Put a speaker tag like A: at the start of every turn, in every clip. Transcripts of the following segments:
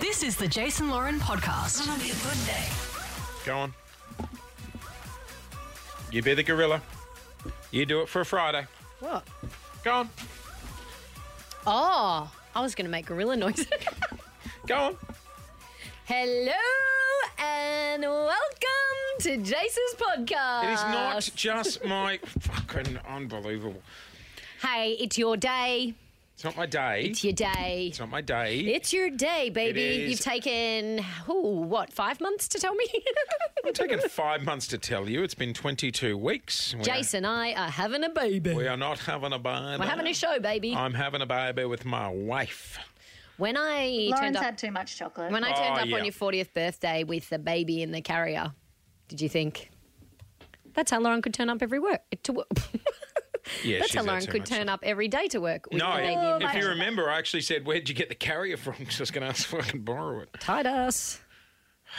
A: This is the Jason Lauren podcast.
B: gonna be a good day.
C: Go on. You be the gorilla. You do it for a Friday.
D: What?
C: Go on.
D: Oh, I was going to make gorilla noises.
C: Go on.
D: Hello and welcome to Jason's podcast.
C: It is
D: Uh,
C: not just my fucking unbelievable.
D: Hey, it's your day.
C: It's not my day.
D: It's your day.
C: It's not my day.
D: It's your day, baby.
C: is.
D: You've taken, ooh, what, five months to tell me?
C: I've taken five months to tell you. It's been 22 weeks. We are-
D: Jason and I are having a baby.
C: we are not having a baby.
D: We're having a show, baby.
C: I'm having a baby with my wife.
D: when I
E: Lauren's
D: turned up,
E: had too much chocolate.
D: when I
C: Oh,
D: turned up
C: yeah.
D: on your 40th birthday with the baby in the carrier, did you think that's how Lauren could turn up every work to work?
C: Yeah,
D: that's
C: she's
D: how
C: had
D: Lauren
C: too
D: could
C: much.
D: turn up every day to work with
C: No,
D: the baby in the
C: if you
D: carrier.
C: remember, I actually said, Where'd you get the carrier from? Because I was going to ask if I could borrow it.
D: Titus.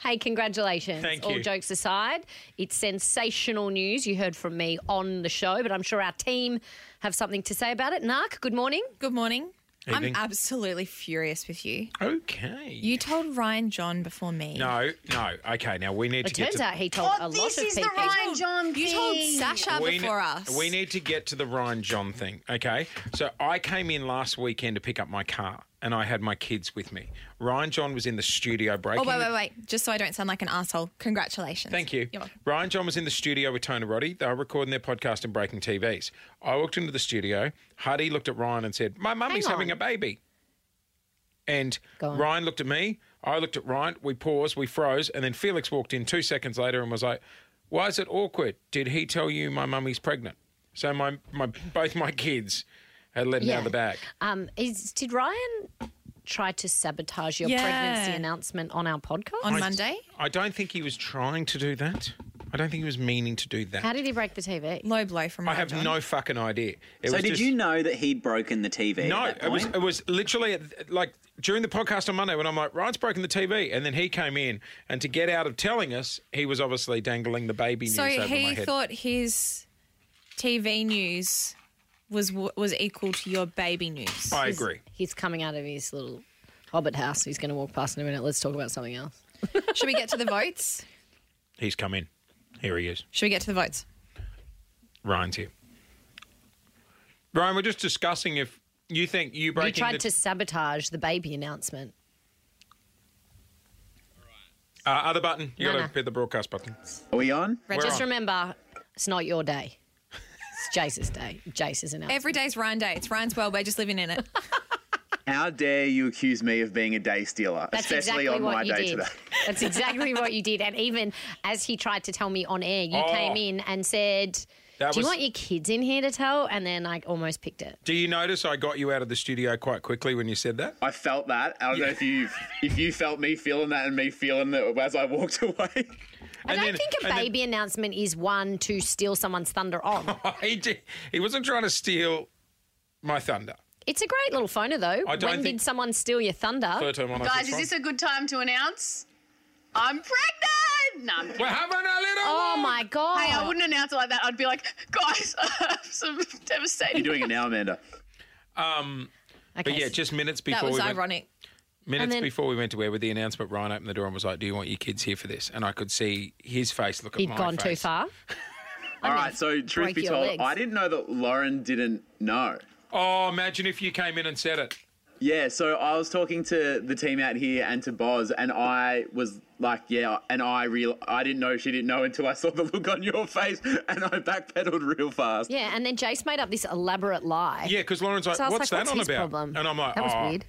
D: Hey, congratulations.
C: Thank
D: All
C: you.
D: jokes aside, it's sensational news you heard from me on the show, but I'm sure our team have something to say about it. Nark, good morning.
F: Good morning.
C: Evening.
F: I'm absolutely furious with you.
C: Okay.
F: You told Ryan John before me.
C: No, no. Okay, now we need to
D: It
C: get
D: turns
C: to
D: out he told
E: oh,
D: a lot
E: this
D: of
E: is
D: people.
E: the Ryan John
F: You told
E: thing.
F: Sasha
C: we
F: before
C: ne-
F: us.
C: We need to get to the Ryan John thing, okay? So I came in last weekend to pick up my car and I had my kids with me. Ryan John was in the studio
F: Oh,
C: breaking.
F: wait, wait, wait. Just so I don't sound like an asshole. Congratulations.
C: Thank you.
F: You're welcome.
C: Ryan John was in the studio with Tony Roddy. They were recording their podcast and breaking TVs. I walked into the studio. Huddy looked at Ryan and said, My mummy's
D: Hang
C: having a
D: on.
C: baby. And
D: Go on.
C: Ryan looked at me. I looked at Ryan. We paused. We froze. And then Felix walked in two seconds later and was like, Why is it awkward? Did he tell you my mummy's pregnant? So my, my both my kids had let me out of the bag.
D: Um, is, did Ryan try to sabotage your
F: Yeah.
D: pregnancy announcement on our podcast?
F: On Monday,
C: I don't think he was trying to do that. I don't think he was meaning to do that.
D: How did he break the TV?
F: low blow from
C: I
F: Ryan
C: have
F: John.
C: no fucking idea. It
G: So
C: was
G: did
C: just-
G: you know that he'd broken the TV?
C: No,
G: at that
C: it was
G: point?
C: it was literally at- like during the podcast on Monday when I'm like, Ryan's broken the TV, and then he came in, and to get out of telling us, he was obviously dangling the baby news
F: So
C: over my
F: he
C: head.
F: thought his TV news was w- was equal to your baby news.
C: I agree.
D: He's coming out of his little hobbit house. He's going to walk past in a minute. Let's talk about something else.
F: Should we get to the votes?
C: He's come in. Here he is.
F: Should we get to the votes?
C: Ryan's here. Ryan, we're just discussing if you think you
D: You
C: breaking
D: tried
C: the,
D: to sabotage the baby announcement.
C: uh, other button. You
D: No,
C: got to
D: no.
C: hit the broadcast button.
G: Are we on?
C: We're
D: Just
C: on.
D: remember, it's not your day. It's Jace's day. Jace is an
F: Every day's Ryan Day. It's Ryan's world. We're just living in it.
G: How dare you accuse me of being a day stealer,
D: That's
G: especially
D: exactly
G: on
D: what
G: my
D: you
G: day
D: did.
G: today?
D: That's exactly what you did. And even as he tried to tell me on air, you
C: Oh.
D: came in and said, "Do
C: That
D: you
C: was-
D: want your kids in here to tell?" And then I almost picked it.
C: Do you notice I got you out of the studio quite quickly when you said that?
G: I felt that. I don't know if you if you felt me feeling that and me feeling that as I walked away.
D: I
C: And
D: don't
C: then-
D: think a
C: and then-
D: baby announcement is one to steal someone's thunder on.
C: he, did, he wasn't trying to steal my thunder.
D: it's a great little phoner though.
C: I don't
D: when
C: think-
D: did someone steal your thunder?
E: Guys, is this a good time to announce? I'm pregnant. No, I'm kidding.
C: We're having a little.
D: Oh
C: one.
D: my god!
E: Hey, I wouldn't announce it like that. I'd be like, guys, I have some devastating.
G: You're doing it now, Amanda.
D: Okay,
C: But yeah, just minutes
F: That
C: before
F: was
C: we went,
F: ironic.
C: minutes
D: And then-
C: before we went to air with the announcement, Ryan opened the door and was like, "Do you want your kids here for this?" And I could see his face look at
D: he'd
C: my
D: gone too
C: face.
D: far.
G: All right. So truth
D: break
G: be
D: your
G: told,
D: legs.
G: I didn't know that Lauren didn't know.
C: Oh, imagine if you came in and said it.
G: Yeah, so I was talking to the team out here and to Boz, and I was like, yeah, and I real I didn't know she didn't know until I saw the look on your face, and I backpedaled real fast.
D: Yeah, and then Jace made up this elaborate lie.
C: Yeah, because Lauren's like,
D: So I was
C: "What's
D: like,
C: that
D: what's
C: on
D: his
C: about?"
D: problem?
C: And I'm like,
D: That was
C: "Oh,
D: weird."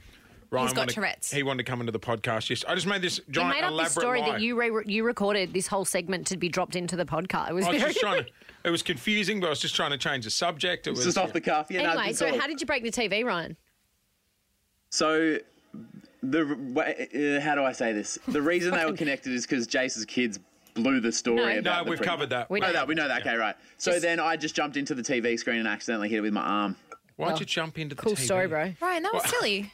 C: Ryan
F: He's got
C: wanted-
F: Tourette's.
C: He wanted to come into the podcast. Yes, I just made this
D: You
C: giant
D: made up
C: elaborate
D: this story
C: lie.
D: that you re- you recorded this whole segment to be dropped into the podcast. It was
C: I was
D: very
C: just trying. To, it was confusing, but I was just trying to change the subject. It was
G: It's just off the cuff. Yeah, no,
D: anyway,
G: it's
D: so
G: all-
D: how did you break the TV, Ryan?
G: So the way- uh, how do I say this? The reason they were connected is because Jace's kids blew the story.
D: No. No,
G: about
C: No,
G: the
C: we've
G: pregnant-
C: covered that.
D: We
G: We know
D: don't-
G: that. We know that. Okay, right. So then I just jumped into the TV screen and accidentally hit it with my arm.
C: Why'd you jump into the
D: Cool
C: TV?
D: story, bro.
F: Ryan, that was silly.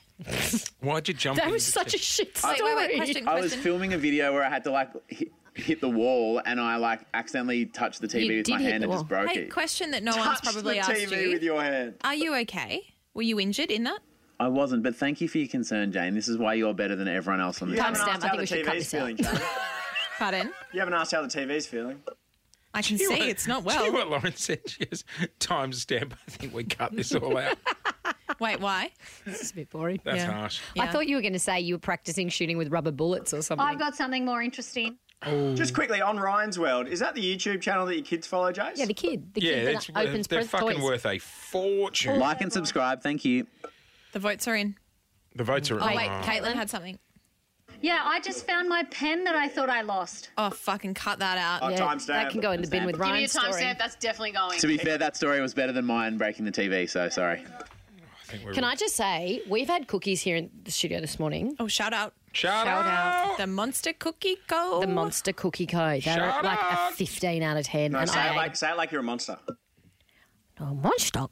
C: Why'd you jump?
D: That
C: into
D: was
C: the
D: such a
C: TV?
D: shit story.
F: Wait, wait, wait. Question,
G: I was
F: question.
G: filming a video where I had to like hit, hit the wall, and I like accidentally touched the TV
D: You
G: with
D: did
G: my
D: hit
G: hand
D: the
G: and
D: wall.
G: just broke
F: Hey,
G: it.
F: question that no one's
G: Touched
F: probably
G: the
F: asked
G: TV
F: you.
G: with your hand.
F: Are you okay? Were you injured in that?
G: I wasn't, but thank you for your concern, Jane. This is why you're better than everyone else on the
D: Timestamp,
B: haven't asked
D: I think
B: how
D: we
B: the
D: should cut
B: TV's
D: this out.
B: feeling, Jane.
F: Pardon?
B: You haven't asked how the TV's feeling.
F: I can see it's not
C: Do you know what
F: well.
C: Lauren said? She goes, timestamp. I think we cut this all out.
F: Wait, why?
D: It's a bit boring.
C: That's
F: Yeah.
C: harsh.
D: I
F: Yeah.
D: thought you were going to say you were practicing shooting with rubber bullets or something.
E: I've got something more interesting.
D: Mm.
B: Just quickly on Ryan's World, is that the YouTube channel that your kids follow, Jace?
D: yeah, the kid. The
C: Yeah,
D: kid
C: it's, uh,
D: that opens
C: they're
D: pres-
C: fucking
D: toys. Oh,
C: worth a fortune.
G: Like and subscribe. Thank you.
F: The votes are in.
C: The votes are in.
F: Oh, wait, Caitlin had something.
E: Yeah, I just found my pen that I thought I lost.
F: Oh, fucking cut that out.
B: Oh,
D: Yeah,
B: timestamp.
D: That can go in the bin with
E: Give me a
D: Ryan's story.
E: timestamp. That's definitely going.
G: To be fair, that story was better than mine breaking the TV, so sorry.
C: think we're-
D: Can I just say, we've had cookies here in the studio this morning.
F: Oh, shout out.
C: Shout,
D: Shout
C: out.
F: The Monster Cookie Co.
D: The Monster Cookie Co. They're
C: Shout
D: like
C: out.
D: a 15 out of 10.
B: No,
D: and
B: say,
D: I
B: it like, say it like you're a monster.
D: The Monster.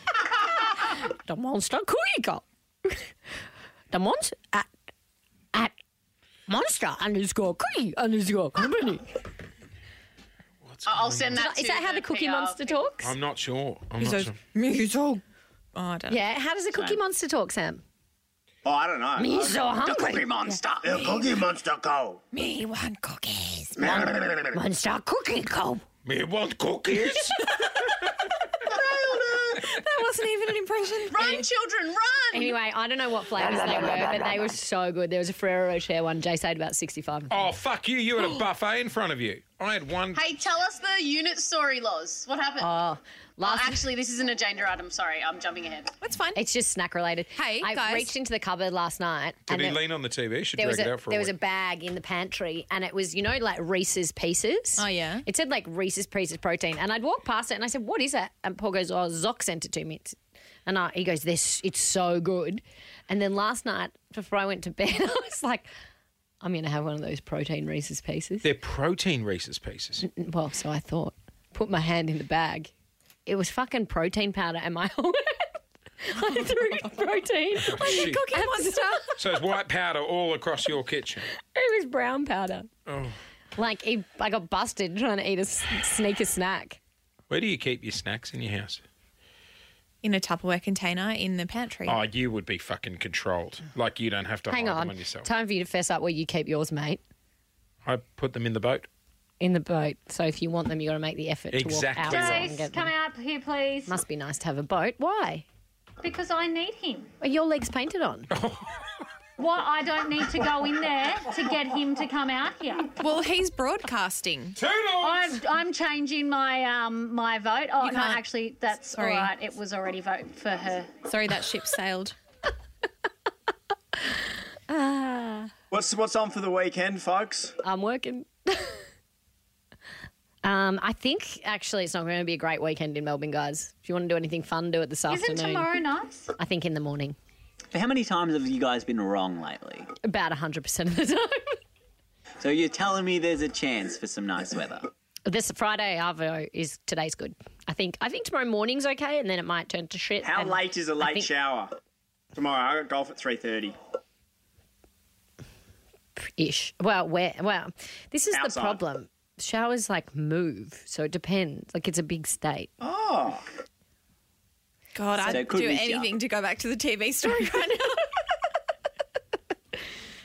D: the Monster Cookie Co. the Monster at, at Monster underscore cookie underscore company.
E: I'll send that.
D: Is
E: to
D: that how the Cookie
E: PR.
D: Monster talks?
C: I'm not sure. I'm
F: He's
C: not
F: a-
C: sure.
F: he's all- Oh, I don't know.
D: yeah, how does the Cookie Monster talk, Sam?
B: Oh, I don't know.
D: Me so hungry.
B: monster. The cookie monster go.
F: Me want cookies.
D: Monster Cookie Co.
C: Me want cookies?
F: That wasn't even an impression.
E: Run, children, run!
D: Anyway, I don't know what flavours they were, but they were so good. There was a Ferrero Rocher one. Jay said about 65.
C: oh, fuck you. You had a buffet in front of you. I had one.
E: Hey, tell us the unit story laws. What happened?
H: Oh.
D: Last
E: Actually, this isn't a gender item. Sorry, I'm jumping ahead.
F: That's fine.
D: It's just snack related.
F: Hey,
D: I
F: guys.
D: reached into the cupboard last night
C: Did
D: and
C: he
D: it-
C: lean on the TV? Should drag
D: there was
C: it
D: a
C: out for
D: there
C: a
D: was a
C: week.
D: bag in the pantry and it was you know like Reese's Pieces.
F: Oh, yeah.
D: It said like Reese's Pieces protein and I'd walk past it and I said what is that? And Paul goes oh Zoc sent it to me. It's- and I, he goes this it's so good. And then last night before I went to bed I was like I'm going to have one of those protein Reese's Pieces.
C: They're protein Reese's Pieces.
D: Well, so I thought. Put my hand in the bag. It was fucking protein powder and my whole I threw protein.
C: Oh, shit.
D: Like a cookie monster.
C: so it's white powder all across your kitchen.
D: It was brown powder. Oh. Like it, I got busted trying to eat a s- sneak a snack.
C: Where do you keep your snacks in your house?
F: in a Tupperware container in the pantry.
C: Oh, you would be fucking controlled. Like you don't have to
D: Hang
C: hide
D: on.
C: them on Oh, yourself.
D: Time for you to fess up where you keep yours, mate.
C: I put them in the boat.
D: In the boat. So if you want them, you got to make the effort
C: Exactly
D: to walk outside and
E: Guys,
D: get
E: come
D: them.
E: out here, please,
D: Must be nice to have a boat. Why?
E: because I need him.
D: Are your legs painted on?
E: What? I don't need to go in there to get him to come out here.
F: Well, he's broadcasting.
E: I'm, I'm changing my um my vote. Oh
F: You
E: no,
F: can't.
E: actually, that's
F: Sorry.
E: all right. It was already vote for her.
F: Sorry, that ship sailed.
B: What's what's on for the weekend, folks?
D: I'm working. um, I think actually it's not going to be a great weekend in Melbourne, guys. If you want to do anything fun, do it this
E: Isn't
D: afternoon.
E: tomorrow nice?
D: I think in the morning,
I: How many times have you guys been wrong lately?
D: about 100% of the time.
I: So you're telling me there's a chance for some nice weather?
D: This Friday Arvo is today's good. I think I think tomorrow morning's okay, and then it might turn to shit.
B: How
D: and
B: late is a late
D: think-
B: shower? Tomorrow, I got golf at three thirty.
D: ish. Well, where? Well, this is the
B: Outside.
D: problem. Showers like move, so it depends. Like it's a big state.
B: Oh,
F: God,
I: So
F: I'd
I: it could
F: do
I: be sharp.
F: anything to go back to the TV story right now.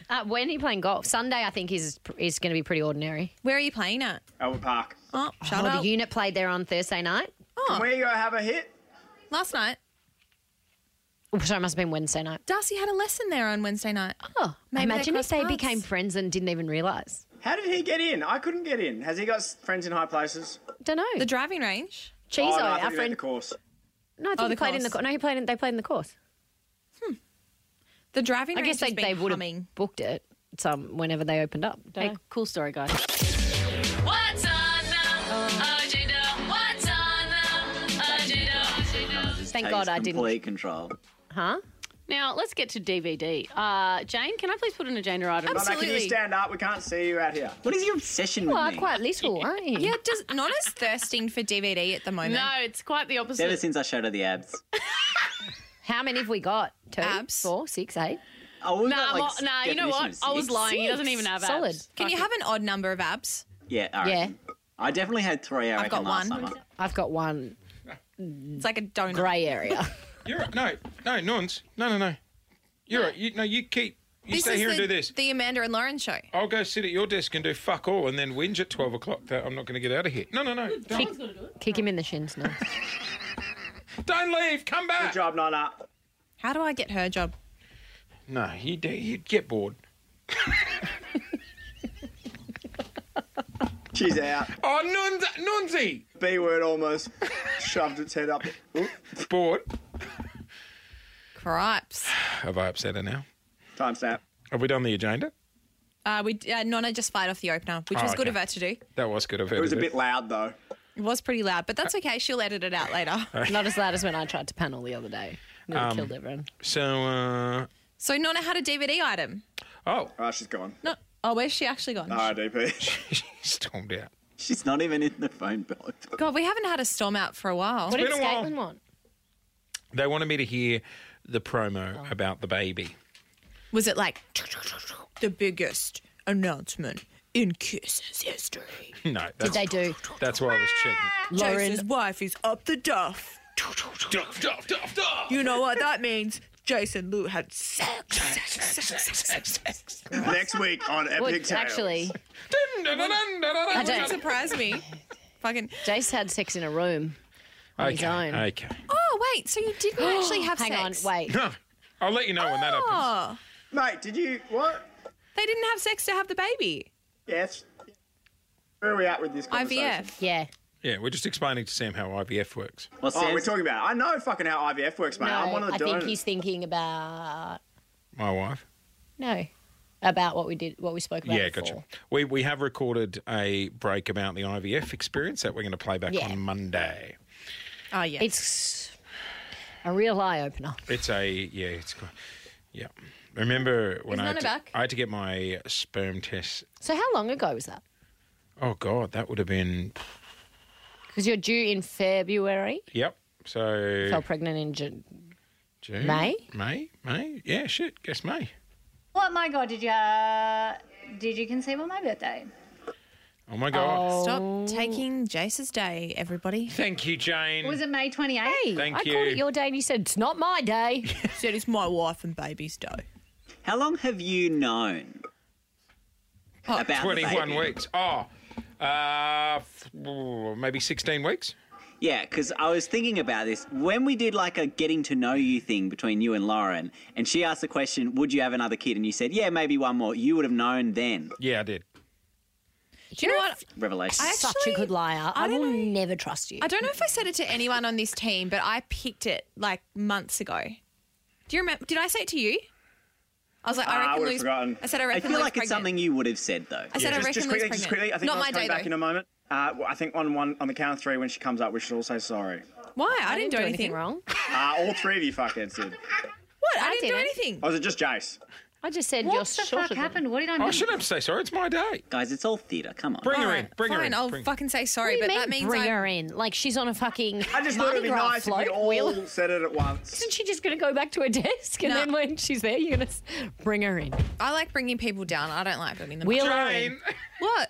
D: Uh, when are you playing golf? Sunday, I think is is going to be pretty ordinary.
F: Where are you playing at?
B: Albert Park.
F: Oh, shout
D: oh,
F: out.
D: the unit played there on Thursday night.
B: Can we go have a hit?
F: Last night,
D: Oh, sorry, it must have been Wednesday night.
F: Darcy had a lesson there on Wednesday night.
D: Oh,
F: Maybe they
D: imagine
F: crossed
D: if they
F: paths.
D: became friends and didn't even realise.
B: How did he get in? I couldn't get in. Has he got s- friends in high places?
D: Don't know.
F: The driving range.
D: Cheese,
B: oh, no, I thought
D: our
B: he meant
D: friend.
B: the course.
D: No, I think
F: Oh,
D: he
F: the
D: played in the
F: course.
D: course. No, he played in. They played in the course.
F: The driving
D: I
F: range
D: guess they
F: has been
D: they would have
F: humming.
D: booked it some whenever they opened up. Don't know.
H: cool story, guys.
A: What's on the agenda? What's on the agenda?
I: Just
D: Thank
I: takes
D: God I didn't.
I: Complete control.
D: Huh?
H: Now, let's get to DVD. Uh, Jane, can I please put in a agenda item?
B: No, no, can you
F: Absolutely.
B: stand up? We can't see you out here.
I: What is your obsession
D: Well,
I: with me?
D: Oh, quite little, eh? aren't you?
F: Yeah, does, not as thirsting for DVD at the moment.
H: No, it's quite the opposite.
I: Ever since I showed her the abs.
D: How many have we got? Two,
F: Abs.
D: four, six, eight.
I: Oh, we've
H: Nah,
I: got, like,
H: well, nah, you know what?
I: definition of
H: I was
I: six.
H: lying. He doesn't even have abs.
D: Solid.
F: Can you have an odd number of abs?
I: Yeah, all right.
D: Yeah.
I: I definitely had three, I
F: I've got
I: reckon, last
F: one.
I: summer.
D: I've got one
F: It's like a donut.
D: grey area.
C: You're right. No, no, Nuns. No, no, no. You're right. You, no, you keep. You stay here
F: the,
C: and do this.
F: the Amanda and Lauren show.
C: I'll go sit at your desk and do fuck all and then whinge at 12 o'clock that I'm not going to get out of here. No, no, no. Don't,
D: Kick him in the shins now.
C: don't leave. Come
B: Good
C: back.
B: job, Nana.
F: How do I get her job?
C: No, you do. You'd get bored.
B: She's out.
C: Oh, Nuns, Nunzi.
B: B word almost shoved its head up. Oop.
C: Bored.
F: Cripes.
C: Have I upset her now?
B: Time snap.
C: Have we done the agenda?
F: Uh, we uh, Nonna just fired off the opener, which
C: Oh,
F: was good
C: okay.
F: of her to do.
C: That was good of her.
B: It was
C: to
B: a
C: do.
B: bit loud though.
F: It was pretty loud, but
C: Uh,
F: that's okay. She'll edit it out later.
D: Not as loud as when I tried to panel the other day. Nearly
C: Um,
D: killed everyone.
C: So, uh,
F: So Nonna had a DVD item.
C: oh,
B: Oh, she's gone.
F: No, oh, where's she actually gone?
C: uh,
B: RDP.
C: she stormed out.
I: She's not even in the phone bill.
F: God, we haven't had a storm out for a while.
D: What did
C: been a while.
D: Caitlin want?
C: They wanted me to hear the promo about the baby.
F: Was it like the biggest announcement in Kiss's history?
C: No,
D: Did
C: that's,
D: they do?
C: that's why I was checking.
F: Jace's wife is up the duff.
C: Duff, duff, duff, duff.
F: You know what that means? Jason Lou had sex.
B: Next week on Epic
D: Well,
B: Tales.
D: actually, I
F: Doesn't
D: don't.
F: surprise me. Fucking.
D: Jace had sex in a room. his
C: Okay,
D: own.
C: okay.
F: Oh wait, so you didn't actually have
D: Hang
F: sex?
D: on, wait.
C: No, I'll let you know when that happens.
F: Oh,
B: mate, did you what?
F: they didn't have sex to have the baby.
B: Yes. Where are we at with this conversation?
F: IVF.
D: Yeah.
C: Yeah, we're just explaining to Sam how IVF works.
I: Well,
B: Oh, we're
I: Sam's,
B: talking about. It. I know fucking how IVF works, mate.
D: No,
B: I'm one of the
D: I think
B: donors.
D: he's thinking about
C: My wife.
D: no, about what we did, what we spoke about.
C: Yeah,
D: before.
C: gotcha. We we have recorded a break about the IVF experience that we're going to play back
D: Yeah.
C: on Monday.
F: Oh yeah.
D: It's a real eye opener.
C: It's a yeah, it's quite, yeah. Remember when
F: Is
C: I had,
F: Nana
C: to,
F: back?
C: I had to get my sperm test?
D: So how long ago was that?
C: Oh God, that would have been
D: Because you're due in February.
C: yep. So
D: Fell pregnant in June.
C: June,
D: May?
C: May, May. Yeah, shit. Guess May.
J: What my god did you uh, did you conceive on my birthday?
C: Oh my God.
F: Stop taking Jace's day, everybody.
C: Thank you, Jane.
J: Was it May 28th?
C: Thank
D: I
C: you.
D: called it your day, and you said it's not my day.
F: said it's my wife and baby's day.
I: how long have you known
H: Oh.
I: about the
C: Twenty-one
I: baby?
C: weeks. Oh, uh, f- maybe sixteen weeks.
I: Yeah, because I was thinking about this when we did like a getting to know you thing between you and Lauren, and she asked the question, "Would you have another kid?" and you said, "Yeah, maybe one more." You would have known then.
C: Yeah, I did.
F: Do you know what?
I: Revelation.
F: I
D: Such
F: actually-
D: a good liar. I,
F: I don't
D: will
F: know.
D: never trust you.
F: I don't know if I said it to anyone on this team, but I picked it like months ago. Do you remember? Did I say it to you? I was like,
B: Ah, I
F: I reckon
B: would've
F: Lou's-
B: forgotten.
F: I said, I
I: I
F: reckon
I: feel
F: Lou's
I: like it's
F: pregnant.
I: something you would have said though.
F: I said, I reckon
B: Just
F: Lou's
B: quickly,
F: pregnant.
B: just quickly. I think
F: Not
B: I'll
F: my
B: come
F: day
B: back
F: though.
B: in a moment. Uh, well, I think on one on the count of three when she comes up, we should all say sorry.
F: Why? I,
D: didn't do anything wrong.
B: Uh, all three of you fuckheads did.
F: What? I, didn't, do
D: didn't.
F: anything.
B: Or was it just Jace?
D: I just said you're
J: What the
D: shorter
J: fuck
D: than-
J: happened? What did I
C: I
J: miss?
C: should have to say sorry. It's my day.
I: Guys, it's all theatre. Come on.
C: Bring her in.
F: Alright,
C: Bring her
F: fine,
C: in.
F: I'll
C: bring-
F: fucking say
D: What
F: sorry,
D: do you
F: but
D: mean
F: that means
D: bring
F: I'm-
D: her in? Like she's on a fucking.
B: I just thought
D: Mardi
B: it'd be
D: Gras
B: nice if
D: float
B: we all
D: wheel.
B: said it at once.
D: Isn't she just going to go back to her desk and
F: No.
D: then when she's there, you're going to bring her in?
F: I like bringing people down. I don't like bringing them.
D: Wheel
F: up.
D: her in.
C: Jane,
F: What?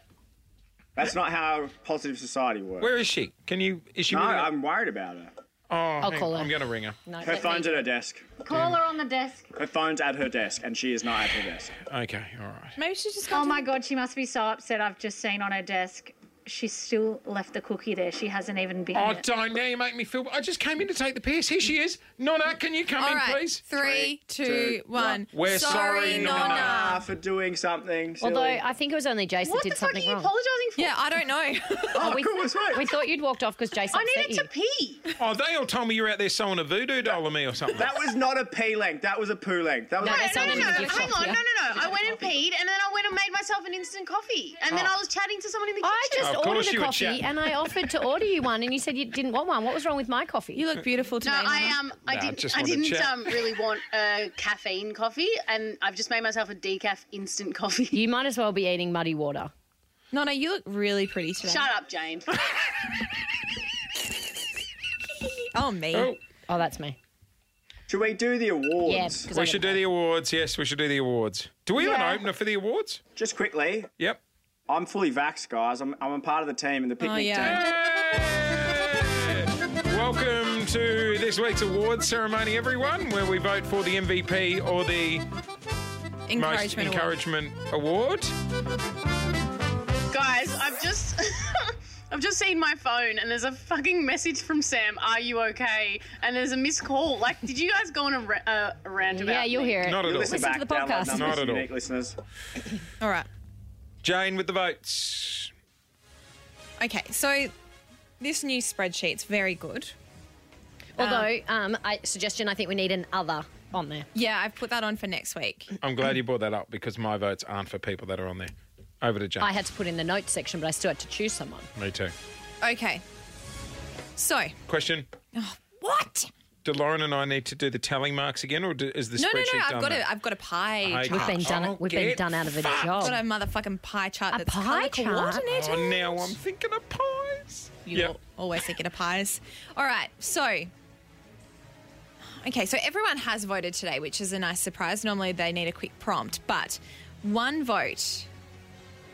B: That's not how positive society works.
C: where is she? Can you? Is she?
B: no,
C: with her?
B: I'm worried about her.
C: Oh, I'll
D: call her.
C: I'm going to ring her.
D: No,
B: Her
D: let
B: phone's
D: me-
B: at her desk.
J: Call her on the desk.
B: Her phone's at her desk, and she is not at her desk.
C: Okay, all right.
F: Maybe she's just.
J: Oh
F: gone to-
J: my god, she must be so upset. I've just seen on her desk. She's still left the cookie there. She hasn't even been.
C: Oh, don't now you make me feel. I just came in to take the piss. Here she is. Nonna, can you come
F: All
C: in,
F: right.
C: please?
F: Three, two,
B: two,
F: one.
C: We're sorry, Nonna.
B: Ah, for doing something. Silly.
D: Although I think it was only Jace
J: what
D: that
J: the
D: did
J: fuck are
D: something
J: you
D: wrong.
J: apologising for?
F: Yeah, I don't know.
B: oh,
D: we-
B: cool, that's right.
D: We thought you'd walked off because Jace upset
J: I needed
D: you.
J: to pee.
C: Oh, they all told me you're out there sewing a voodoo doll on me or something.
B: That was not a pee length. That was a poo length. That was.
D: No,
B: a-
D: that's
J: No,
D: not
J: no,
D: even
J: no.
D: a gift
J: Hang
D: shop,
J: on.
D: yeah.
J: Oh, No, no, no. I went and peed, and then I went and made myself an instant coffee, and then I was chatting to someone in the kitchen.
D: Oh. I just
C: Of course
D: ordered
C: you
D: a
C: were
D: coffee
C: chatting.
D: and I offered to order you one and you said you didn't want one. What was wrong with my coffee?
F: you look beautiful
J: No,
F: today.
J: I
F: Nonna.
J: um, I
C: Nah, just
J: didn't, I
C: wanted to
J: didn't
C: chat.
J: um, really want a caffeine coffee, and I've just made myself a decaf instant coffee.
D: You might as well be eating muddy water.
F: Nonna, you look really pretty today.
J: Shut up, Jane.
F: Oh me.
C: Oh,
D: Oh, that's me.
B: Should we do the awards?
D: Yeah, because
C: we should do the awards. Yes, we should do the awards. Do we have an opener for the awards?
B: Just quickly.
C: Yep.
B: I'm fully vaxxed,
D: Oh,
B: guys. I'm, I'm a part of the team and the picnic
F: yeah.
B: team.
C: Welcome to this week's awards ceremony, everyone, where we vote for the MVP or the most
F: Encouragement. award.
C: encouragement award.
E: Guys, I've just I've just seen my phone and there's a fucking message from Sam. Are you okay? And there's a missed call. Like, did you guys go on a, ra- uh, a rant about?
D: Yeah, you'll
E: me?
D: hear it.
C: Not at all.
D: Listen to the
G: download
D: podcast.
G: numbers,
C: Not at all.
G: unique listeners.
F: All right.
C: Jane with the votes.
F: Okay. So this new spreadsheet's very good.
D: Although, um, I suggestion I think we need an other on there.
F: Yeah, I've put that on for next week.
C: I'm glad you brought that up because my votes aren't for people that are on there. Over to Jane.
D: I had to put in the notes section, but I still had to choose someone.
C: Me too.
F: Okay. So oh,
C: Question:
F: what?
C: Do Lauren and I need to do the tally marks again, or do, is the
F: No, no,
C: spreadsheet
F: no. I've
C: done
F: got
C: that?
F: a, I've got a pie.
C: I-
F: chart.
D: We've been done.
C: Oh,
D: we've been
C: get
D: done out of a
C: fucked.
D: job.
F: I've got a motherfucking pie chart.
D: A
F: that's
D: pie
F: colour
D: chart?
F: coordinated.
C: Oh, now I'm thinking of pies.
F: You're
C: Yep.
F: always thinking of pies. All right, so. Okay, so everyone has voted today, which is a nice surprise. Normally they need a quick prompt, but one vote.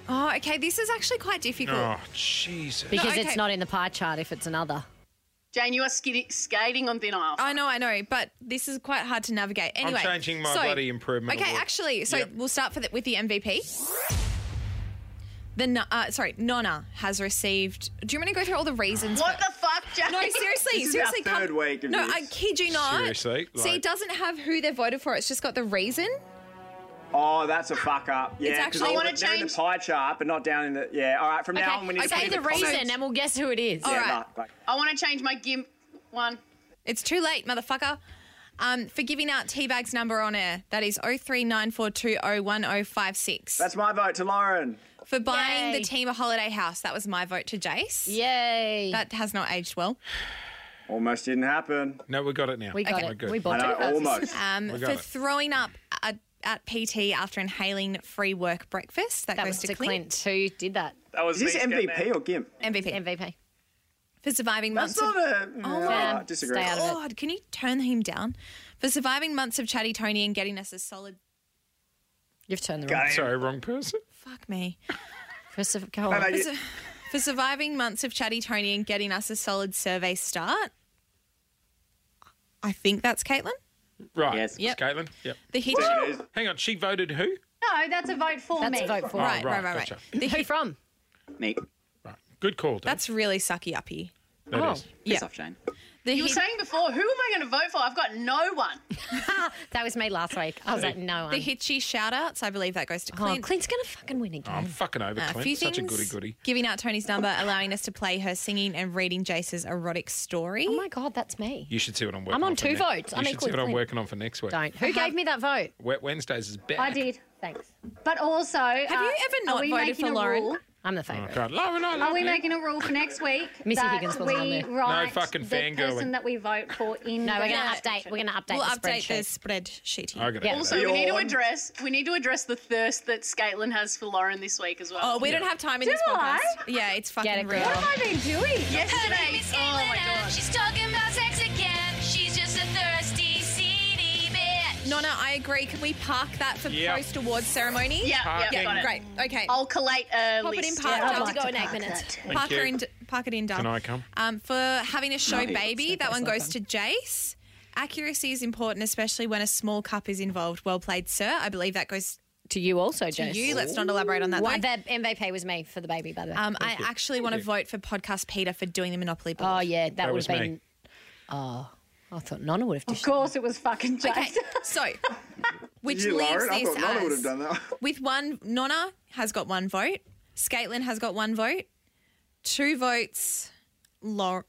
F: Oh, okay, this is actually quite difficult.
C: Oh, Jesus.
D: because
F: okay.
D: it's not in the pie chart if it's another.
E: Jane, you are skid- skating on thin ice.
F: I know, I know, but this is quite hard to navigate. Anyway,
C: changing my bloody improvement
F: Okay,
C: award.
F: actually, so
C: Yep.
F: we'll start for the, with the MVP. The no- uh, sorry, Nonna has received. Do you want me to go through all the reasons?
E: What
F: for-
E: the fuck, Jane?
F: No, seriously,
G: This is
F: seriously.
G: our third
F: come-
G: week of
F: no,
G: this.
F: I kid you not.
C: Seriously,
F: See,
C: like-
F: it doesn't have who they voted for. It's just got the reason.
B: Oh, that's a fuck up. Yeah,
F: actually-
B: because I
F: I
B: want
F: wanna
B: to change in the
E: change-
B: pie chart, but not down in the. Yeah, all right. From now on, we need to
D: Say
B: put
D: the
B: in comments.
D: reason, and we'll guess who it is.
F: All
B: Yeah,
F: right.
B: like- like-
E: I want to change my gimp one.
F: It's too late, motherfucker. Um, for giving out Teabag's number on air. That is 03942011056.
B: that's my vote to Lauren.
F: for buying
D: Yay.
F: the team a holiday house. That was my vote to Jace.
D: Yay!
F: That has not aged well.
B: Almost didn't happen.
C: No, we got it now.
D: we got
F: Okay.
D: it.
C: Good.
D: We bought
B: I know,
D: it.
B: almost.
F: Um,
C: We
F: for
C: got it.
F: throwing up at, at PT after inhaling free work breakfast. That,
D: That
F: goes
D: was
F: to
D: to Clint. Who did that?
G: That was
B: Is this
G: me, Scatman.
B: MVP or GIMP?
F: MVP.
D: MVP.
F: For surviving
B: That's
F: months of
B: not a. Oh,
D: Dan,
B: disagree.
D: stay out of it.
F: God, can you turn him down? For surviving months of chatty Tony and getting us a solid.
D: You've turned the wrong.
C: Sorry, wrong person.
F: Fuck me.
D: First of go on.
B: No, no, you-
F: For, su- for surviving months of chatty Tony and getting us a solid survey start. I think that's Caitlin.
C: Right.
I: Yes.
F: Yep.
C: Caitlin. Yep.
F: The hit.
G: It is.
C: Hang on. She voted who? Oh,
J: No, that's a vote for
D: That's
J: me.
D: a vote for.
F: Right, right, right, right.
C: gotcha.
F: The
D: Who
F: hit.
D: from?
I: Me.
C: Right. Good call. Dave.
F: That's really sucky uppy.
C: That
D: oh.
C: is.
I: Piss
F: Yeah.
I: off, Jane.
F: The
E: You were
F: hit.
E: saying before, who am I going to vote for? I've got no one.
D: That was me last week. I was like, no
F: The
D: one.
F: Hitchy shout outs, I believe that goes to
D: Oh,
F: Clint.
D: Clint's gonna fucking win again.
C: Oh, I'm fucking over
F: Uh,
C: Clint. Such a goody goody.
F: Giving out Tony's number, allowing us to play her singing and reading Jace's erotic story.
D: oh my god, that's me.
C: You should see what I'm working on.
D: I'm on
C: for
D: two
C: ne-
D: votes.
C: You
D: I'm
C: should
D: equal
C: see
D: to
C: what I'm
D: Clint.
C: working on for next week.
D: Don't. Who gave me that vote?
C: Wet Wednesdays is back.
J: I did.
D: Thanks.
J: But also, uh, have
F: you ever not voted for Lauren?
D: I'm the favourite.
C: God, Lauren, I
J: Are
C: love
J: we
C: you.
J: making a rule for next week
D: Missy
J: that
D: Higgins wasn't on
J: we
D: there.
J: write
C: fucking
J: the
C: fangirling.
J: person that we vote for in?
D: No,
J: the
D: we're gonna
J: next
D: update.
J: section?
D: We're gonna update
F: We'll
D: the
F: update the
D: spreadsheet.
F: spreadsheet.
C: I got
D: Yeah.
C: it.
E: Also, we need to address we need to address the thirst that Scaitlin has for Lauren this week as well.
F: Oh, we don't have time in
J: Do
F: this podcast.
J: I?
F: Yeah, it's
D: Get
F: fucking
D: it,
F: real.
J: What
D: girl.
J: have I been doing?
E: yesterday. Oh my god.
A: She's talking about sex again.
F: Um,
A: She's just a thirsty, seedy bitch.
F: Nonna, I agree. Can we park that for
C: Yeah.
F: post awards ceremony?
E: Yeah, yeah,
C: Parking.
E: got it.
F: Great. Okay.
E: I'll collate a
F: Pop it
E: list.
F: in park. I'll have to go in eight
J: park
F: minutes.
J: that.
C: Thank
F: Park,
C: you.
F: her in, park it in, done.
C: Can I come?
F: Um, for having a show
I: No.
F: baby, that one goes to Jace. Accuracy is important, especially when a small cup is involved. Well played, sir. I believe that goes
D: To you uh, also,
F: to
D: Jace.
F: you. Let's not elaborate on that.
D: Well,
F: though.
D: the MVP was me for the baby, by the way.
F: Um, I actually want to vote for podcast Peter for doing the Monopoly board.
D: oh yeah, that, would
C: was
D: have
C: me.
D: been. Oh, I thought Nonna would have.
J: Of course, it was fucking Jace.
F: Okay, so which
G: You,
F: leaves
G: Lauren? I
F: this
G: thought Nana would have
F: as-
G: done that.
F: with one Nonna has got one vote, Scaitlin has got one vote, two votes. Laura,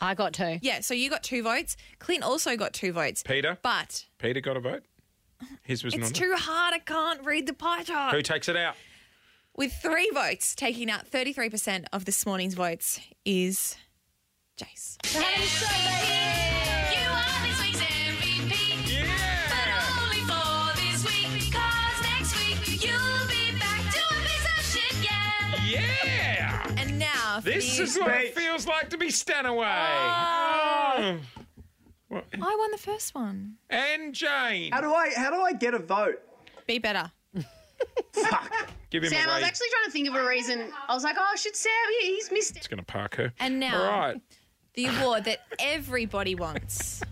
D: I got two.
F: yeah, so you got two votes. Clint also got two votes.
C: Peter.
F: but
C: Peter got a vote. His was
F: it's
C: not.
F: too hard. I can't read the pie chart.
C: Who takes it out?
F: With three votes, taking out thirty-three percent of this morning's votes is Jace.
A: You are this week's MVP. But only for this week, 'cause next week you'll be back to a piece of shit, yeah.
C: Yeah.
F: And now for
C: This
F: the-
C: is what it feels like to be Stanaway. Oh. What?
F: I won the first one.
C: And Jane.
B: How do I? How do I get a vote?
F: Be better.
C: Give him
E: Sam,
C: a
E: I was
C: raise.
E: actually trying to think of a reason. I was like, oh, should Sam? He, he's missed. it.
C: It's going to park her.
F: And now
C: All right.
F: the award that everybody wants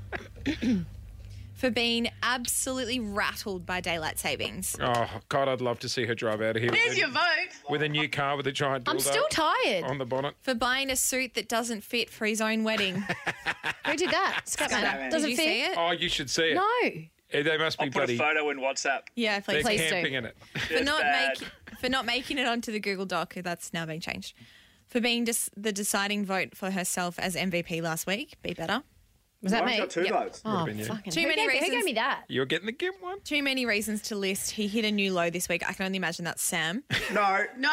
F: for being absolutely rattled by daylight savings.
C: Oh God, I'd love to see her drive out of here
E: There's
C: with,
E: your
C: a,
E: vote.
C: with a new car with a giant.
D: I'm
C: dildo
D: still tired.
C: on the bonnet.
F: For buying a suit that doesn't fit for his own wedding.
D: Who did that? Scrapman.
F: Did
D: Doesn't
F: you
D: fit.
F: see it?
C: Oh, you should see it.
D: No.
C: Eh, They must be
B: I'll put
C: bloody.
B: a photo in WhatsApp.
F: Yeah,
C: They're
F: please.
D: Please do.
C: camping in it.
F: for not
B: bad.
F: making for not making it onto the Google Doc. That's now being changed. For being dis- the deciding vote for herself as MVP last week, be better.
D: Was that
B: Mine's
D: me?
B: got two
D: Yep.
B: votes.
D: Oh,
C: been you.
D: fucking.
F: Too
D: who
F: many
D: gave, Who
F: reasons.
D: gave me that?
C: You're getting the gimp one.
F: Too many reasons to list. He hit a new low this week. I can only imagine that's Sam.
B: No,
E: No,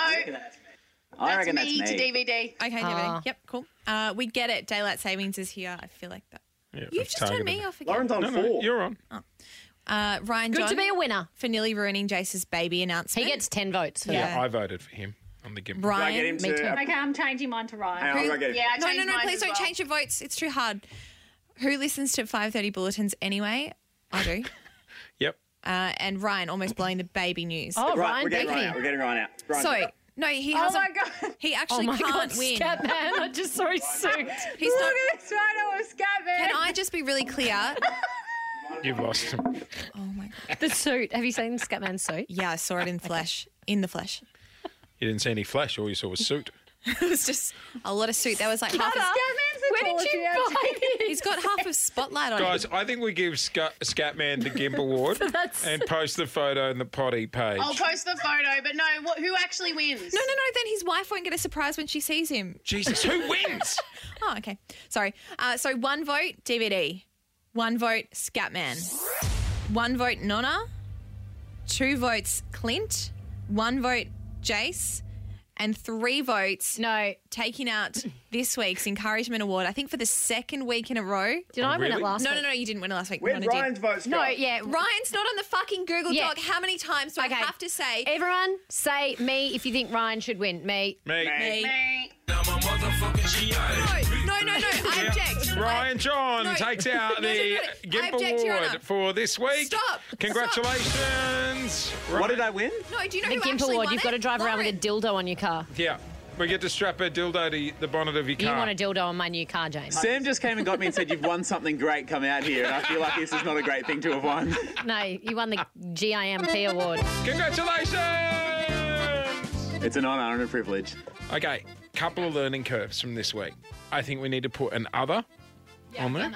I: I
E: that's
I: reckon
E: me
I: that's me.
E: to DVD.
F: Okay,
D: Ah.
F: DVD. yep, cool. Uh, we get it. Daylight savings is here. I feel like that.
C: Yeah,
F: You've
C: that's
F: just turned me
C: targeted.
F: off again.
B: Lauren's on
C: No, no,
B: four.
C: you're on.
F: Uh, Ryan
D: Good
F: John
D: to be a winner.
F: for nearly ruining Jace's baby
D: He
F: announcement.
D: gets ten votes. For
F: Yeah.
D: yeah.
C: I voted for him on the gimp.
B: I get
F: Ryan.
B: him to.
D: too.
B: Hang
J: Okay, I'm changing mine to Ryan.
B: on, I'll go get him.
E: Yeah, I
F: No, no,
E: changed
F: no!
E: mine
F: Please
E: as
F: don't
E: well.
F: change your votes. It's too hard. Who listens to five thirty bulletins anyway? I do.
C: Yep.
F: uh, and Ryan almost blowing the baby news.
D: Oh,
B: Right,
D: Ryan,
B: we're getting
D: thank
B: Ryan
D: you.
B: out. We're getting Ryan out. Ryan,
F: so no, he
E: Oh
F: has.
E: my god!
F: He
D: Oh
F: actually
D: my
F: can't
D: god,
F: win.
D: Scatman! I just saw his suit.
F: He's
E: Look
F: not.
E: at this rhino of
F: Can
E: Scatman.
F: I just be really clear?
C: You've lost him.
F: oh my god!
D: The suit. Have you seen Scatman's suit?
F: Yeah, I saw it in flesh. In the flesh.
C: You didn't see any flash. All you saw was suit.
F: It was just a lot of suit. That was like half. Of,
E: Scatman's the
D: Where did
E: tallest
D: you
E: man.
D: buy it?
F: he's got half of spotlight on.
C: Guys,
F: him.
C: I think we give Scat- Scatman the gimp award
D: that's-
C: and post the photo in the potty page.
E: I'll post the photo, but no, what, who actually wins?
F: No, no, no. Then his wife won't get a surprise when she sees him.
C: Jesus, who wins?
F: Oh, okay. Sorry. Uh, so one vote DVD, one vote Scatman, one vote Nonna, two votes Clint, one vote Jace, and three votes
D: No.
F: taking out this week's Encouragement Award, I think for the second week in a row.
D: Did I win
C: Oh, really?
D: it last?
F: No, no,
D: week?
F: no, you didn't win it last week.
B: Where'd
F: Nonna did.
B: Ryan's votes go?
D: No, yeah.
F: Ryan's not on the fucking Google
D: Yeah.
F: Doc. How many times do
D: Okay.
F: I have to say?
D: Everyone, say me if you think Ryan should win. Me.
C: Me.
F: Me.
E: Me.
F: No, no, no, no. I object.
C: Ryan John
F: No.
C: takes out
F: No, no,
C: the
F: no, no. I
C: Gimp
F: object, Your Honour.
C: Award for this week.
F: Stop.
C: Congratulations.
B: What did I win?
F: I, no, do you know
D: The
F: who
D: Gimp
F: actually
D: Award.
F: won
D: You've
F: it?
D: got to drive around with
F: Lauren.
D: a dildo on your car.
C: Yeah. We get to strap a dildo to the bonnet of your car.
D: You want a dildo on my new car, James?
G: Sam just came and got me and said, You've won something great, come out here. And I feel like this is not a great thing to have won.
D: No, you won the GIMP award.
C: Congratulations.
G: It's an honour and a privilege.
C: Okay, couple of learning curves from this week. I think we need to put an other on there.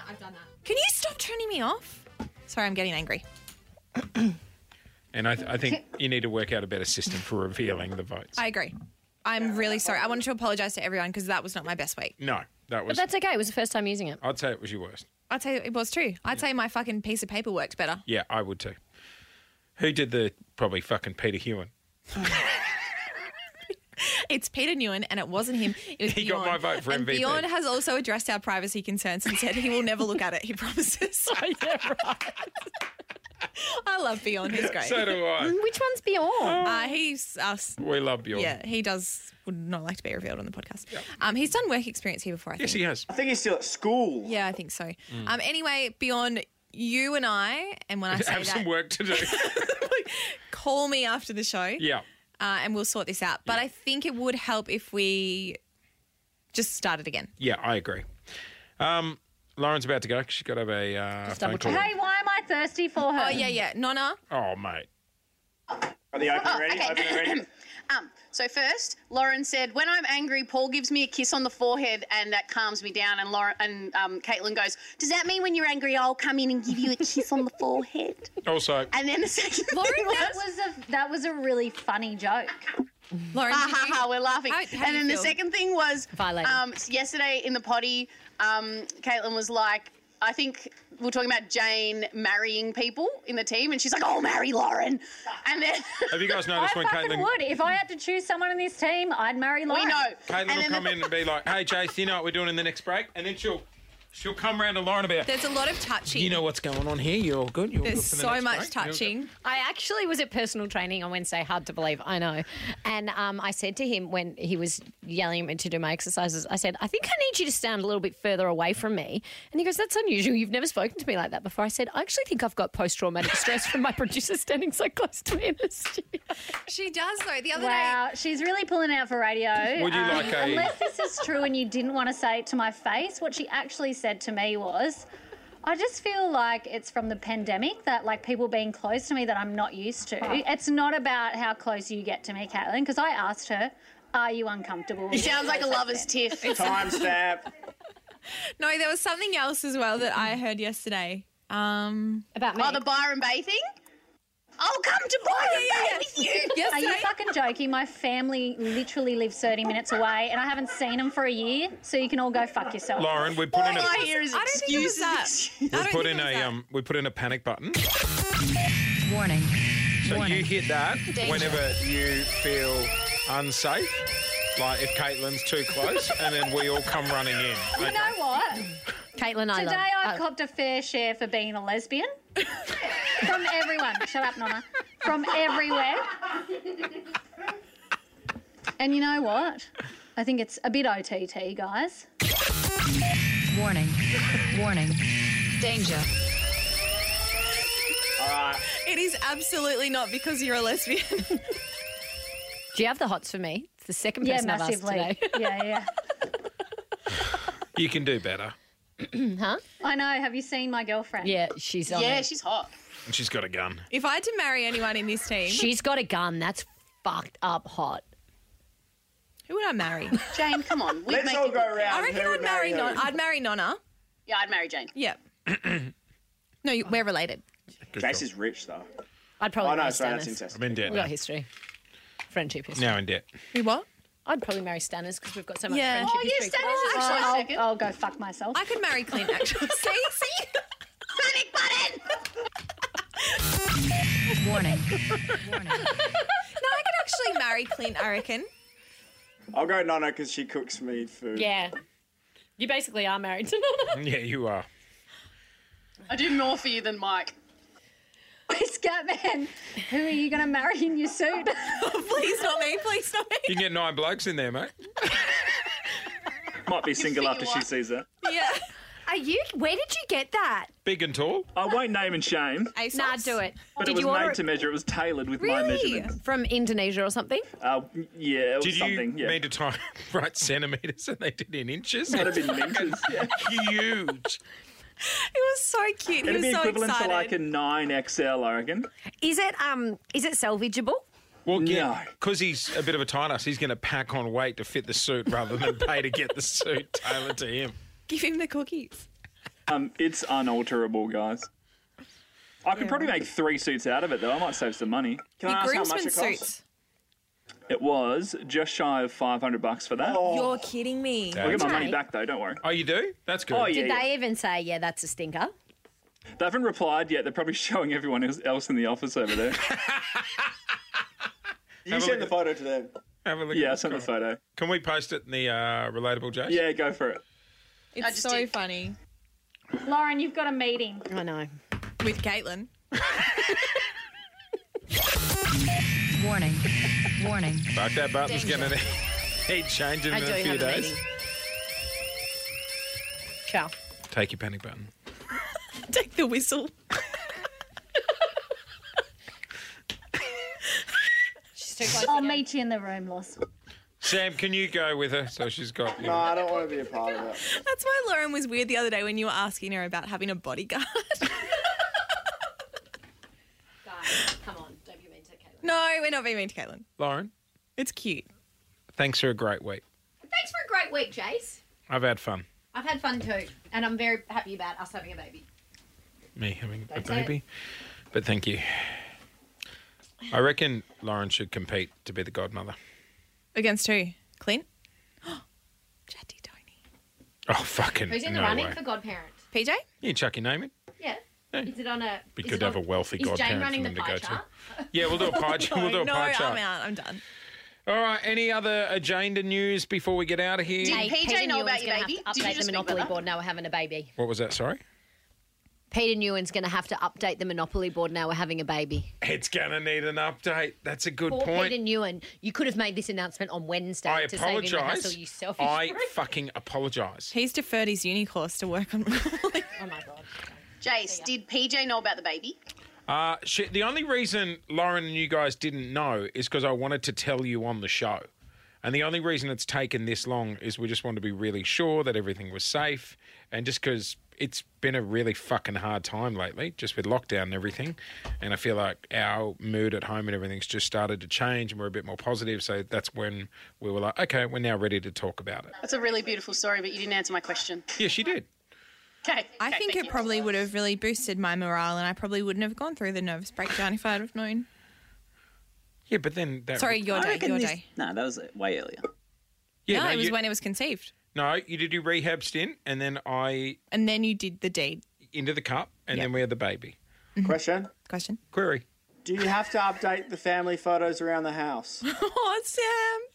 F: Can you stop turning me off? Sorry, I'm getting angry.
C: And I, th- I think you need to work out a better system for revealing the votes.
F: I agree. I'm really sorry. I wanted to apologise to everyone because that was not my best week.
C: no, that
D: But
C: was.
D: that's okay. It was the first time using it.
C: I'd say it was your worst.
F: I'd say it was true. I'd say my fucking piece of paper worked better.
C: Yeah, I would too. Who did the probably fucking Peter Hewen?
F: It's Peter Newen, and it wasn't him. It was
C: He got
F: Bjorn.
C: my vote for
F: and
C: MVP.
F: Bjorn has also addressed our privacy concerns and said he will never look at it. He promises. I love Bjorn. He's great.
C: So do I.
D: Which one's Bjorn?
F: uh, he's us.
C: We love Bjorn.
F: Yeah, he does. Would not like to be revealed on the podcast. Um, he's done work experience here before. I think.
C: Yes, he has. Mm.
B: I think he's still at school.
F: Yeah, I think so. Um, anyway, Bjorn, you and I, and when I say
C: Have
F: that,
C: some work to do.
F: call me after the show.
C: yeah.
F: uh, and we'll sort this out. But I think it would help if we just started again.
C: Yeah, I agree. Um, Lauren's about to go. She's got to have a uh, phone
D: double
C: call.
J: Hey, why am I thirsty for her?
F: Oh yeah, yeah, Nonna.
C: Oh, mate.
B: Are they open
E: Oh,
B: ready?
E: okay.
B: Open and ready?
E: Um, so first, Lauren said, "When I'm angry, Paul gives me a kiss on the forehead, and that calms me down." And Lauren and um, Caitlin goes, "Does that mean when you're angry, I'll come in and give you a kiss on the forehead?"
C: Also,
E: And then the second thing
J: That
E: was,
J: was a that was a really funny joke.
F: Lauren,
E: ha
F: did
E: ha
F: you-
E: ha, Oh, we're laughing.
F: How- how
E: and
F: you
E: then the
F: feel?
E: second thing was,
D: Violated.
E: um, yesterday in the potty, um, Caitlin was like, I think we we're talking about Jane marrying people in the team, and she's like, "I'll marry Lauren," and then.
C: have you guys
J: I
C: noticed when
J: fucking
C: Caitlin
J: would. If I had to choose someone in this team, I'd marry Lauren.
E: We know.
C: Caitlin
E: and
C: will
E: then
C: come
E: the-
C: in and be like, "Hey, Jace, you know what we're doing in the next break?" And then she'll She'll come round to Lauren about.
F: There's a lot of touching.
C: You know what's going on here. You're good. You're
F: There's
C: good for the
F: so
C: next
F: much
C: break. You're good."
F: touching.
D: I actually was at personal training on Wednesday. Hard to believe, I know. And um, I said to him when he was yelling at me to do my exercises, I said, "I think I need you to stand a little bit further away from me." And he goes, "That's unusual. You've never spoken to me like that before." I said, "I actually think I've got post-traumatic stress from my producer standing so close to me in the studio."
F: She does though. The other
J: Wow, she's really pulling out for radio. Um,
C: Would you like a-
J: Unless this is true and you didn't want to say it to my face, what she actually said to me was, I just feel like it's from the pandemic that like people being close to me that I'm not used to. It's not about how close you get to me, Caitlin, because I asked her, are you uncomfortable? with
E: Sounds like a lover's tiff.
B: Time stamp.
F: day, no, there was something else as well that I heard yesterday. Um,
D: About me.
E: Oh, the Byron Bay thing? I'll come to Byron
F: yeah, yeah.
E: Bay with you.
J: Are you fucking joking? My family literally lives 30 minutes away and I haven't seen them for a year, so you can all go fuck yourself.
C: Lauren, we put in
E: All I
C: a
E: hear is
F: I don't think it was
E: excuses.
F: that.
E: excuses.
F: I
C: we
F: don't
C: put
F: think
C: in
F: it was
C: a
F: that.
C: um we put in a panic button.
A: Warning.
C: So you hit that whenever you feel unsafe. Like if Caitlin's too close, and then we all come running in.
J: You know what?
D: Caitlin, I
J: Today
D: love. uh,
J: I've copped a fair share for being a lesbian. From everyone. Shut up, Nonna. From everywhere. And you know what? I think it's a bit OTT, guys.
A: Warning. Warning. Danger.
F: it is absolutely not because you're a lesbian.
D: Do you have the hots for me? It's the second
J: Yeah,
D: person I've asked
J: massively.
D: today.
J: Yeah, yeah.
C: You can do better.
J: I know. Have you seen my girlfriend?
D: yeah, she's on.
E: Yeah,
D: Yeah,
E: she's hot.
C: And she's got a gun.
F: if I had to marry anyone in this team,
D: she's got a gun. That's fucked up hot.
F: who would I marry?
E: Jane, come on. We'd
B: Let's
E: make
B: all
E: it
B: go
E: work.
B: around.
F: I reckon
B: who
F: I'd
B: would
F: marry
B: who.
F: Nonna. I'd marry Nonna.
E: Yeah, I'd marry Jane.
F: Yep. no, you, we're related.
B: Jace is rich though.
D: I'd probably.
B: I know,
D: marry
B: Oh, sorry, that's
D: Stannis.
B: incest.
C: I'm in debt.
D: We've got
C: Now.
D: history, friendship history.
C: now in debt.
F: We what?
D: I'd probably marry Stanners because we've got so much
F: Yeah.
D: friendship
E: Oh, yeah,
D: history.
E: Stan is actually
J: I'll,
E: second.
J: I'll go fuck myself.
F: I could marry Clint actually. see, see.
E: Panic button!
A: Warning.
F: No, I could actually marry Clint. I reckon.
B: I'll go Nana because she cooks me food.
D: Yeah. You basically are married to Nana.
C: Yeah, you are.
E: I do more for you than Mike.
J: Scatman, who are you going to marry in your suit?
F: Please not me. Please not me.
C: You can get nine blokes in there, mate.
G: Might be single
E: figure
G: after she
E: what?
G: sees that.
F: Yeah.
D: Are you? Where did you get that?
C: Big and tall.
G: I won't name and shame,
F: ASOS?
D: Nah, do it.
G: but
D: did
G: it was
D: you order
G: made to measure. It was tailored with my
F: Really?
G: measurements.
D: from Indonesia or something?
G: Uh, yeah, it was
C: Did
G: something.
C: you
G: yeah.
C: mean to time right centimeters and they did in inches?
G: That'd have been meters. Yeah.
C: Huge.
F: It was so cute.
G: It'd
F: he
G: be
F: was so
G: equivalent
F: excited.
G: to like a nine XL, I reckon.
D: Is it um? Is it salvageable?
C: Well, yeah,
G: No.
C: because he's a bit of a tight-ass, he's going to pack on weight to fit the suit rather than pay to get the suit tailored to him.
F: Give him the cookies.
G: Um, it's unalterable, guys. I could probably make three suits out of it, though. I might save some money.
B: Can I ask how much
F: Groomsman
B: it costs?
F: suits.
G: It was just shy of five hundred bucks for that.
B: Oh.
F: You're kidding me.
G: I'll get my
D: Okay.
G: money back though. Don't worry.
C: Oh, you do? That's good.
G: Oh yeah, yeah.
D: They even say, yeah, that's a stinker.
G: They haven't replied yet. They're probably showing everyone else- else in the office over there.
B: You send the photo to them.
C: Have a look.
G: yeah, I
C: at
G: sent the
C: this guy.
G: photo.
C: Can we post it in the uh, relatable Jace?
G: Yeah, go for it.
F: It's
E: just
F: so
E: did.
F: funny.
J: Lauren, you've got a meeting.
D: I know.
F: With Caitlin.
A: Warning. Warning.
C: Fuck that button's going to need need changing
D: I
C: in
D: do
C: a few
D: have a
C: days.
D: meeting. Ciao.
C: Take your panic button.
F: Take the whistle.
D: She's too close.
J: I'll meet you in the room, Loss.
C: Sam, can you go with her? So she's got.
B: No, I don't want to be a part of it.
F: That's why Lauren was weird the other day when you were asking her about having a bodyguard.
D: Come on, don't be mean to Caitlin.
F: no, we're not being mean to Caitlin.
C: Lauren,
F: It's cute.
C: thanks for a great week.
D: Thanks for a great week, Jace.
C: I've had fun.
D: I've had fun too, and I'm very happy about us having a baby.
C: Me having a
D: Don't say it.
C: baby. But thank you. I reckon Lauren should compete to be the godmother.
F: Against who? Clint? Chatty Tony.
C: Oh, fucking.
D: Who's in
C: no
D: the running
C: way.
D: for godparent?
F: PJ?
C: You can chuck your name in.
D: Yeah. Is it on a?
C: Be
D: is
C: good
D: it
C: to have
D: on-
C: a wealthy
D: is Jane
C: godparent
D: running
C: for them
D: the
C: to
D: pie
C: go
D: chart?
C: to. Yeah, we'll do a pie chart. We'll do a
F: no,
C: pie
F: I'm
C: chart.
F: out. I'm done.
C: All right. Any other agenda news before we get out of here?
E: Did PJ know
D: Newman's
E: about your
D: gonna have
E: baby? Did you
D: to Update
E: just
D: the
E: speak
D: Monopoly
E: about that?
D: board. Now we're having a baby.
C: What was that? Sorry.
D: Peter Newen's going to have to update the Monopoly board. Now we're having a baby.
C: It's gonna need an update. That's a good
D: Poor
C: point.
D: Peter Newen. You could have made this announcement on Wednesday
C: I
D: to save him the hassle,
C: apologise.
D: you selfish.
C: I
D: prick.
C: fucking apologise.
F: He's deferred his uni course to work on Monopoly.
D: oh my god.
E: Jace, did PJ know about the baby?
C: Uh, shit, the only reason Lauren and you guys didn't know is because I wanted to tell you on the show. And the only reason it's taken this long is we just wanted to be really sure that everything was safe. And just because it's been a really fucking hard time lately, just with lockdown and everything. And I feel like our mood at home and everything's just started to change and we're a bit more positive. So that's when we were like, okay, we're now ready to talk about it.
E: That's a really beautiful story, but you didn't answer my question.
C: Yeah, she did.
E: Okay.
F: I
E: okay,
F: think
E: thank
F: it
E: you.
F: probably would have really boosted my morale, and I probably wouldn't have gone through the nervous breakdown if I'd have known.
C: Yeah, but then that.
F: Sorry, your
I: I
F: day,
I: reckon
F: your
I: this-
F: day.
I: No, that was way earlier.
C: yeah,
F: no, it was
C: you,
F: when it was conceived,
C: no, you did your rehab stint and then I
F: and then you did the deed.
C: into the cup and then we had the baby.
B: Question:
F: Question.
C: Query.
B: Do you have to update the family photos around the house?
F: Oh, Sam,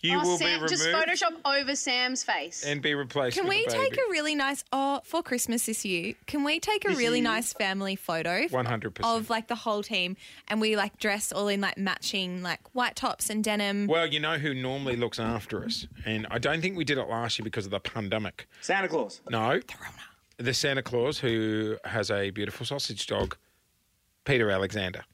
C: You
E: Oh,
C: will
E: Sam,
C: be removed
E: just Photoshop over Sam's face.
C: and be replaced.
F: can
C: with
F: we
C: a
F: take
C: baby.
F: a really nice oh for Christmas this year? Can we take a really nice family photo? f-
C: 100%.
F: Of like the whole team, and we like dress all in like matching like white tops and denim.
C: Well, you know who normally looks after us, and I don't think we did it last year because of the pandemic.
B: Santa Claus.
C: No, the Rona, the Santa Claus who has a beautiful sausage dog, Peter Alexander.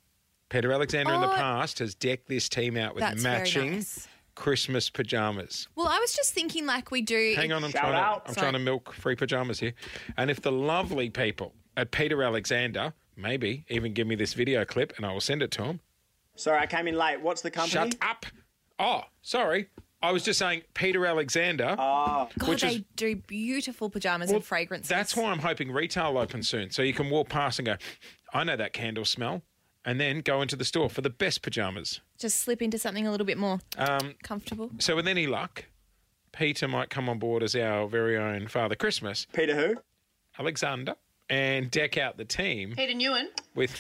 C: Peter Alexander in the
F: Oh.
C: past has decked this team out with
F: That's very
C: matching
F: nice.
C: Christmas pajamas.
F: Well, I was just thinking like we do.
C: Hang on, I'm
B: Shout
C: trying
B: out.
C: to I'm
F: Sorry.
C: trying to milk free pajamas here. And if the lovely people at Peter Alexander maybe even give me this video clip and I will send it to them.
B: Sorry, I came in late. What's the company?
C: Shut up. Oh, sorry. I was just saying Peter Alexander.
F: God,
C: which
F: they
C: is-
F: do beautiful pajamas and fragrances.
C: That's why I'm hoping retail opens soon. So you can walk past and go, I know that candle smell. And then go into the store for the best pajamas.
F: just slip into something a little bit more
C: Um,
F: comfortable.
C: so, with any luck, Peter might come on board as our very own Father Christmas,
B: Peter who?
C: Alexander, and deck out the team
E: Peter Newen.
C: with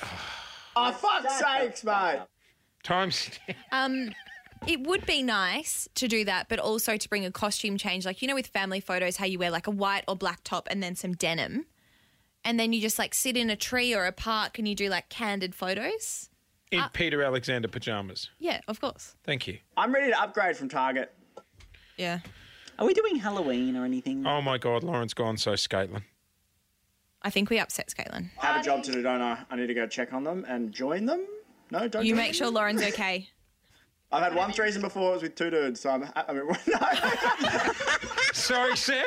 B: Oh, fuck's sakes, mate.
C: times.
F: It would be nice to do that, but also to bring a costume change, like you know, with family photos, how you wear like a white or black top and then some denim, and then you just like sit in a tree or a park and you do like candid photos.
C: in Peter Alexander pajamas.
F: Yeah, of course.
C: Thank you.
B: I'm ready to upgrade from Target.
F: Yeah.
I: Are we doing Halloween or anything?
C: Oh my God, Lauren's gone so Scaitlin.
F: I think we upset Caitlin.
B: I have a job to do, don't I? I need to go check on them and join them. No, don't.
F: You
B: join
F: make
B: them.
F: sure Lauren's okay.
B: I've had one threesome before. It was with two dudes, so I'm. I mean,
C: Sorry, Sam.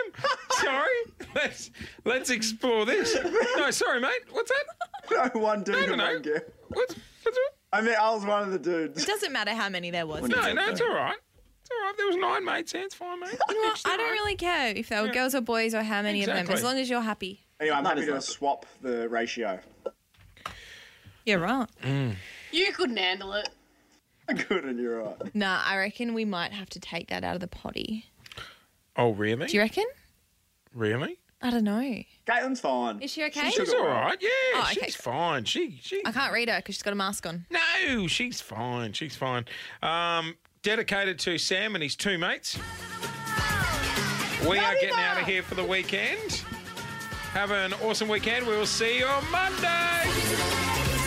C: Sorry. Let's let's explore this. No, sorry, mate. What's that?
B: no, no one dude.
C: I don't
B: and one
C: know.
B: girl.
C: What's, what's
B: I mean, I was one of the dudes.
F: Doesn't matter how many there was.
C: no, no, it's all right. It's all right. There was nine, mate. Sam's fine, mate.
F: You know what? I don't really care if they were girls or boys or how many of them,
C: Exactly.
F: as long as you're happy.
B: Anyway, I'm happy
I: as
B: to
I: not.
B: swap the ratio.
F: You're right.
E: You couldn't handle it.
B: Good, and you're right.
F: Nah, I reckon we might have to take that out of the potty.
C: Oh, really?
F: Do you reckon?
C: really?
F: I don't know.
B: Caitlin's fine.
F: Is she okay?
C: She's all right. Yeah,
F: Oh, okay.
C: she's fine. She she.
F: I can't read her because she's got a mask on.
C: No, she's fine. She's fine. Um, dedicated to Sam and his two mates. We are getting out of here for the weekend. Have an awesome weekend. We will see you on Monday.